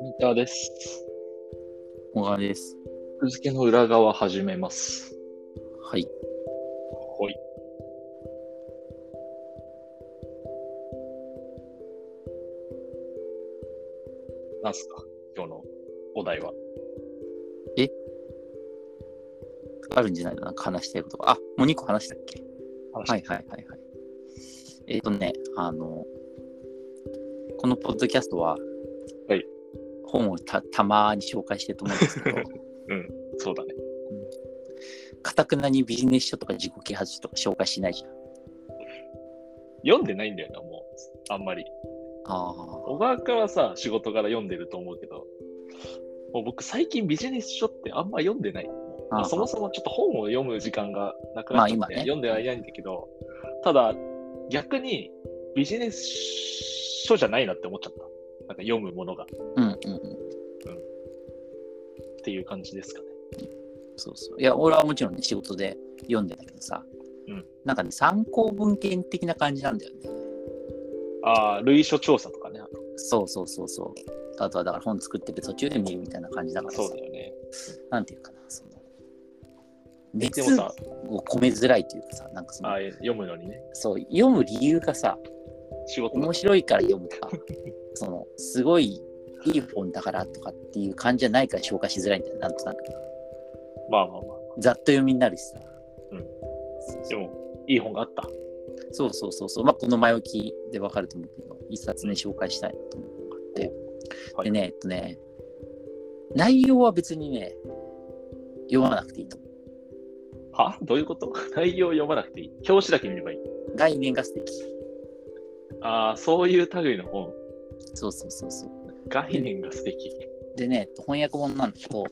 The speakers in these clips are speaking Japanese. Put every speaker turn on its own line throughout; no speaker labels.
三田です。
小川です。
続付けの裏側始めます。
はい。
ほい。なんすか今日のお題は。
あるんじゃないかな、話したいことが。あ、もう2個話したっけは
はい
はいはいはい。えっ、とね、あの、このポッドキャストは、
はい
本をたたまーに紹介してると思うんですけ ど、
そうだね。
かたくなにビジネス書とか自己啓発書とか紹介しないじゃん。
読んでないんだよな、もう。あんまり。
あ
小川君はさ、仕事から読んでると思うけど、もう僕最近ビジネス書ってあんま読んでない。まあ
あー
そもそもちょっと本を読む時間がなくなっちゃって、
まあ今ね
読んではいないんだけど、ただ逆にビジネス書じゃないなって思っちゃった。なんか読むものがっ
うんうんうん。
ていう感じですかね。
そうそう。いや、俺はもちろんね、仕事で読んでたけどさ、
うん
なんかね、参考文献的な感じなんだよね。
ああ、類書調査とかね。
そうそうそうそう。あとはだから本作ってる途中で見るみたいな感じだからさ
そうだよね。
なんていうかな、その、熱
でもさ、
を込めづらいというかさ、なんかそ
あ
の、
ー読むのにね、
そう、読む理由がさ、
仕事だ
面白いから読むとか、 その、すごいいい本だからとかっていう感じじゃないから紹介しづらいんだよ、なんとなく。
まあまあま
ざっと読みになるしさ。
うん
そう
あ。
そ
で
う。
も、いい本があった。
そうそうそうそう。まあ、この前置きでわかると思うけど、一冊ね、紹介したいなと思うのがあって。
はい
でね、えっとね、内容は別にね、読まなくていいと思う。
はどういうこと 内容読まなくていい。表紙だけ見ればいい。
概念が素敵。
ああ、そういう類の本。
そうそうそうそう。
概念が素敵。
でね、えっと翻訳本なんだけど、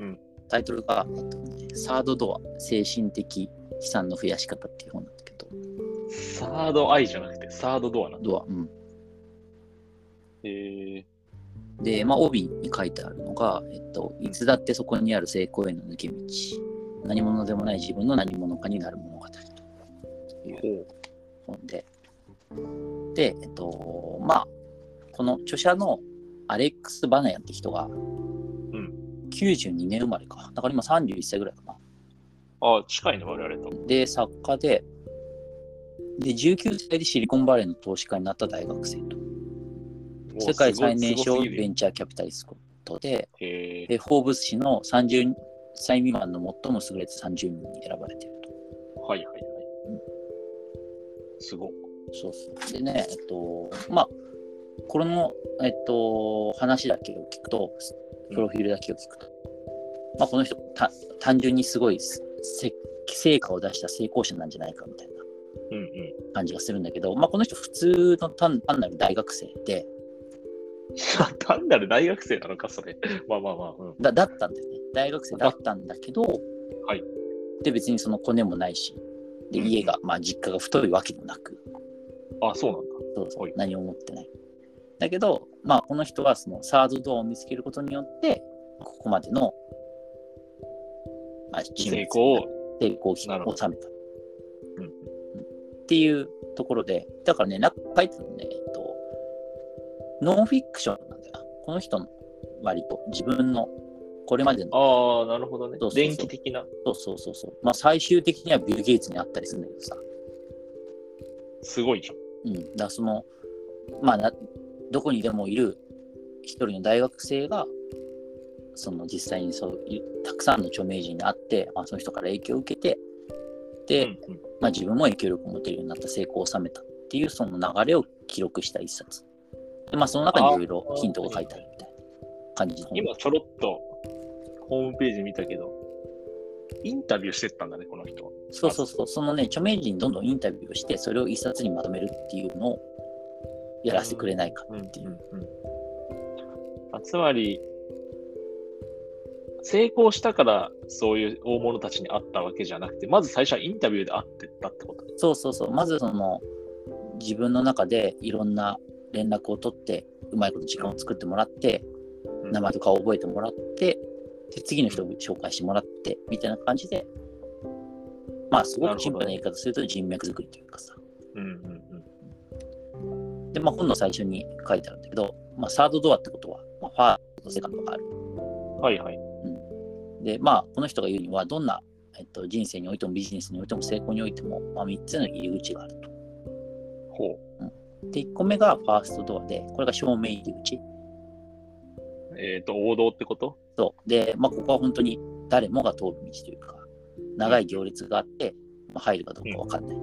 うん
タイトルが、えっとねサードドア、精神的資産の増やし方っていう本なんだけど、
サードアイじゃなくて、サードドアなんだ。
ドア。うん、
えー、
で、まあ、帯に書いてあるのが、えっと、いつだってそこにある成功への抜け道、何者でもない自分の何者かになる物語という本で、で、えっと、まあ、この著者のアレックス・バナヤって人が、92年生まれか。だから今31歳ぐらいかな。
ああ、近いね、我々と。
で、作家で、で、19歳でシリコンバレーの投資家になった大学生と、世界最年少ベ
ン
ンチャーキャピタリストで、
チ。へ
でフォーブス誌の30歳未満の最も優れた30人に選ばれていると。
ー、はいはいはい。すごい。
そうそう。でね、えっと、まあ、これの、えっと、話だけを聞くと、プロフィールだけを聞くと、まあ、この人、た単純にすごいせ成果を出した成功者なんじゃないかみたいな。
うん うん。
感じがするんだけど、まあ、この人普通の単単なる大学生で
単なる大学生なのか、それ。まあまあまあ。うん、
だだったんだよね大学生だったんだけど、
はい、
で別にそのコネもないしで
うん
家が、まあ、実家が太いわけでもなく
あ、そうなんだ。
そうそう
はい
何も持ってないだけど、まあ、この人はそのサードドアを見つけることによってここまでの、まあ、人物
成功を。
成功を収
なるほど
めた
うん
っていうところで、だからね、なんか書いてあるのね、えっと、ノンフィクションなんだよな。この人の割と自分のこれまでの、
ああ、なるほどね
そう。そうそう
電気的な。
そうそうそうそう、まあ最終的にはビル・ゲイツにあったりするんだけどさ、
すごいじゃん。
うん、だからその、まあな、どこにでもいる一人の大学生が、その実際にそういうたくさんの著名人に会って、まあ、その人から影響を受けて、で、
うんうん、
まあ、自分も影響力を持てるようになった成功を収めたっていうその流れを記録した一冊。でまあ、その中にいろいろヒントが書いてあるみたいな感じの本。
今、ちょろっとホームページ見たけど、インタビューしてったんだね、この人は。
そうそうそう、そのね、著名人にどんどんインタビューをして、それを一冊にまとめるっていうのをやらせてくれないかっていう。
うんうんあつまり、成功したからそういう大物たちに会ったわけじゃなくて、まず最初はインタビューで会ってったってことね。
そうそうそう、まずその自分の中でいろんな連絡を取って、うまいこと時間を作ってもらって、
うん
名前とかを覚えてもらって、で次の人を紹介してもらってみたいな感じで、まあすごくシンプルな言い方すると人脈作りというかさ、
うんうんうん。
で、まあ、本の最初に書いてあるんだけど、まあ、サードドアってことは、まあ、ファースト、セカンドがある。
はいはい。
で、まあ、この人が言うには、どんな、えっと、人生においてもビジネスにおいても成功においても、まあ、3つの入り口があると。
ほ
で、1個目がファーストドアで、これが正面入り口。
う。えっ、と、王道ってこと
そう。で、まあ、ここは本当に誰もが通る道というか、長い行列があって、まあ、入るかどうかわかんない。
は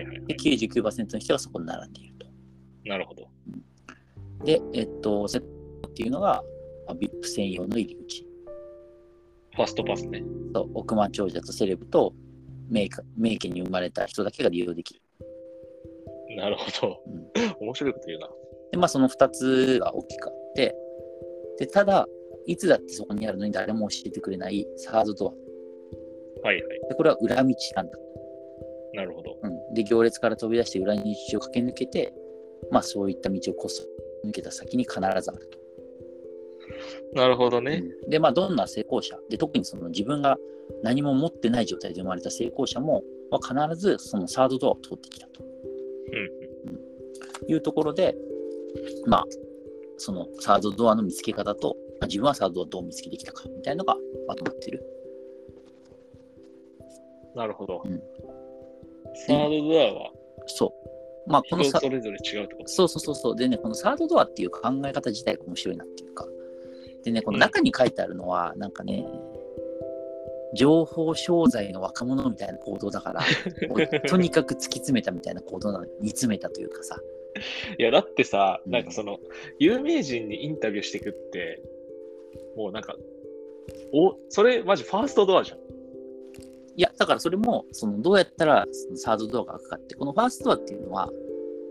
いはい。
で、99%の人がそこに並んでいると。
なるほど。
で、えっと、セットっていうのが、まあ、VIP 専用の入り口。
ファストパスね。
そう億万長者とセレブと名家名家に生まれた人だけが利用できる。
なるほど
うん。
面白いこと言うな。
で、まあ、その2つが大きくあって、で、ただ、いつだってそこにあるのに誰も教えてくれないサードド
はいはい
ア。。で、これは裏道なんだ。
なるほど。
うん、で行列から飛び出して裏に道を駆け抜けて、まあ、そういった道をこそ抜けた先に必ずあると。
なるほどね。
で、まあ、どんな成功者で特にその自分が何も持ってない状態で生まれた成功者も、まあ、必ずそのサードドアを通ってきたと、うんいうところで、まあ、そのサードドアの見つけ方と、まあ自分はサードドアをどう見つけてきたかみたいなのがまとまってる。
なるほど。
うん
サードドアは
そう。まあ、この
人
さ
それぞれ違うってこと
そうそうそうそう。でね、このサードドアっていう考え方自体が面白いなっていうか。でね、この中に書いてあるのは、なんかね、情報商材の若者みたいな行動だから、もうとにかく突き詰めたみたいな行動なの、煮詰めたというかさ。
いや、だってさ、
うん
なんかその、有名人にインタビューしてくって、もうなんか、お、それマジファーストドアじゃん。
いや、だからそれも、そのどうやったらそのサードドアが開くかって、このファーストドアっていうのは、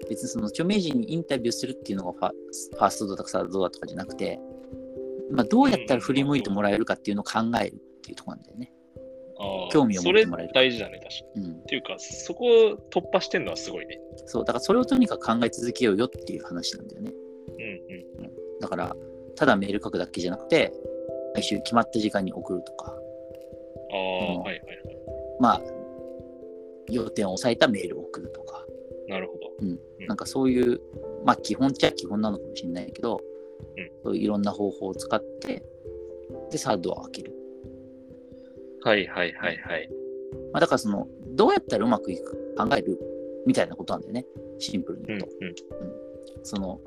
別にその著名人にインタビューするっていうのがファファーストドアとかサードドアとかじゃなくて、まあ、どうやったら振り向いてもらえるかっていうのを考えるっていうところなんだよね。
あー
興味を持ってもらえる
それ大事だね、確かに。
うん
っていうか、そこを突破してんのはすごいね。
そう、だからそれをとにかく考え続けようよっていう話なんだよね。
うんうん。
だから、ただメール書くだけじゃなくて、毎週決まった時間に送るとか、
ああ、
うん
はいはいはい。
まあ、要点を抑えたメールを送るとか、
なるほど。うん
なんかそういう、まあ基本っちゃ基本なのかもしれないけど、
うん
そういういろんな方法を使って、で、サードを開ける。
はいはいはいはい。
まあだからその、どうやったらうまくいくか考えるみたいなことなんだよね。シンプルに
うん
言うと。
うん。
その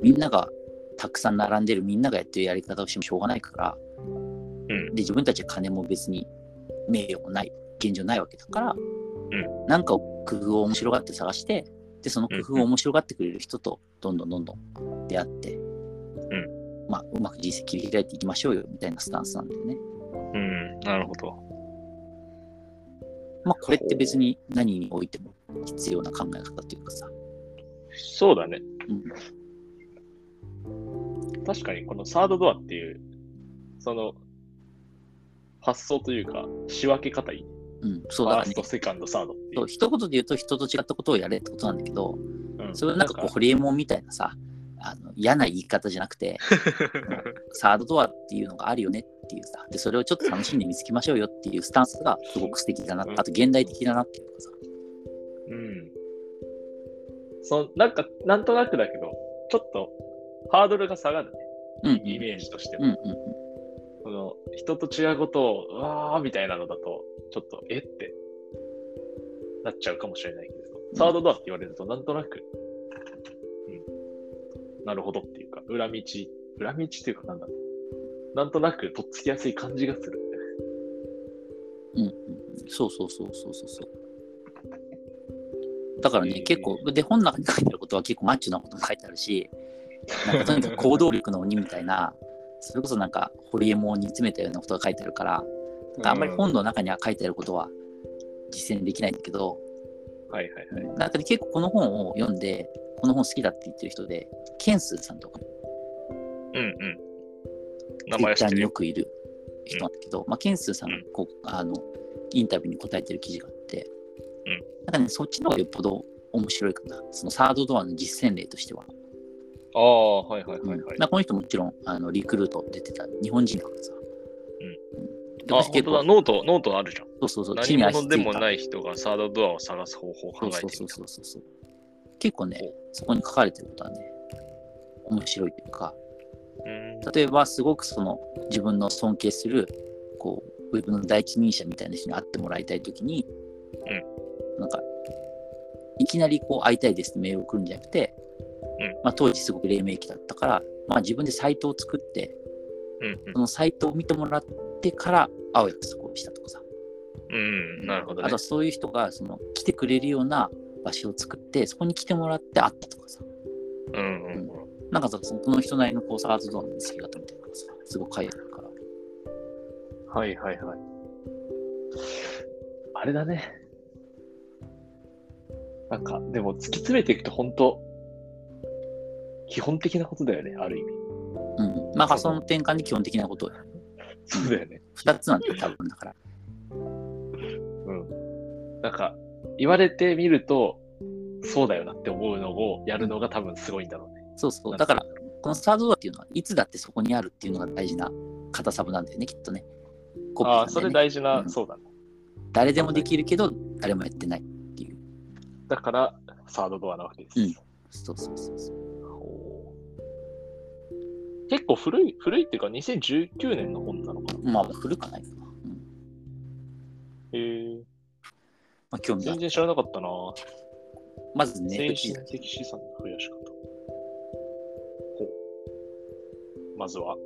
みんながたくさん並んでるみんながやってるやり方をしてもしょうがないから、
ん
で自分たちは金も別に名誉もない現状ないわけだから、
ん
なんか工夫を面白がって探してでその工夫を面白がってくれる人とどんどんどんどん出会って、まあ、うまく人生切り開いていきましょうよみたいなスタンスなんだよね。
うん、なるほど。
まあ、これって別に何においても必要な考え方というかさ。
そうだね。
うん
確かにこのサードドアっていう、その、発想というか、仕分け方いい。
うん、そ
フ
う
ァー
だからね
スト、セカンド、サードってい
そう
う。
一言で言うと人と違ったことをやれってことなんだけど、
うん
それはなんかこう、ホリエモンみたいなさ、あの嫌な言い方じゃな くて、サードドアっていうのがあるよねっていうさ、で、それをちょっと楽しんで見つけましょうよっていうスタンスがすごく素敵だな
う、ん
あと現代的だなっていうかさ、
うん。そのなんか、なんとなくだけど、ちょっと、ハードルが下がるね。
うん、う
イ
ん、
メージとして
う
も。
ん、うん、
その、人と違うことを、うわーみたいなのだと、ちょっと、えって、なっちゃうかもしれないけど、サードドアって言われると、なんとなく、うん。なるほどっていうか、裏道、裏道っていうか、なんだろう。なんとなく、とっつきやすい感じがする。
うん、うん、そうそうそうそうそうそう。だからね、結構、で、本の中に書いてあることは結構マッチョなことも書いてあるし、なんかと にかく行動力の鬼みたいな、それこそなんか、ホリエモンを煮詰めたようなことが書いてあるから、あんまり本の中には書いてあることは実践できないんだけど、
はいはいはい。
なんかね結構この本を読んで、この本好きだって言ってる人で、ケンスーさんとか、
うんうん。名
ツイ
前は
ッ
知
タ
っ
ー
て
に
る
よ
よ。
くいる人なんだけど、まあ、ケンスーさんがこうあのインタビューに答えてる記事があって、
うん
なんかね、そっちの方がよっぽど面白いかな、そのサードドアの実践例としては。
ああ、はいはい
うん
はいはい。
なんかこの人もちろんあのリクルート出てた日本人だからさ。
あ、本
うんで私結
当だ、
構
ノート、ノートあるじゃん。
そうそうそう、地
何
に足
者
つ
で
い
も
た
ない人がサードドアを探す方法を考
そ
え
う
て
そう
みた。
そうそうそうそう。結構ね、そこに書かれてることはね、面白いというか、
うん。
例えばすごくその自分の尊敬するこうウェブの第一人者みたいな人に会ってもらいたいときに、なんかいきなりこう会いたいですってメールを送るんじゃなくて、
うん
まあ、当時すごく黎明期だったから、まあ、自分でサイトを作って
うん
そのサイトを見てもらってから会う約束をしたとかさ、
うん。うん。なるほど
あ
ね
とは。そういう人がその来てくれるような場所を作ってそこに来てもらって会ったとかさ
うん。うん。
なんかさその人なりのこうサーズドアの作り方みたいなのがさすごい書いてあるから。
はいはいはい。あれだね。なんか、でも突き詰めていくと本当、基本的なことだよね、ある意味。
うん、まあその転換で基本的なこと
そうだよね。
2つなんて多分だから
うん。なんか、言われてみると、そうだよなって思うのをやるのが多分すごいんだろうね。
そうそうだからこのサードドアっていうのはいつだってそこにあるっていうのが大事な型サブなんだよねきっとねコピ
あ
ーな
あ、
んだ
そ
よね
れ大事な、
うん
そうだね。
誰でもできるけど誰もやってないっていう
だから、サードドアなわけです。
うんそうそうそうそう
ほう結構古い、古いっていうか2019年の本なのかな。
まあ古くはないかな、うん
へえ
まあ、興味があ
全
る
然知らなかったな。
まずね
精神的資産の増やし方。ほう。まずは。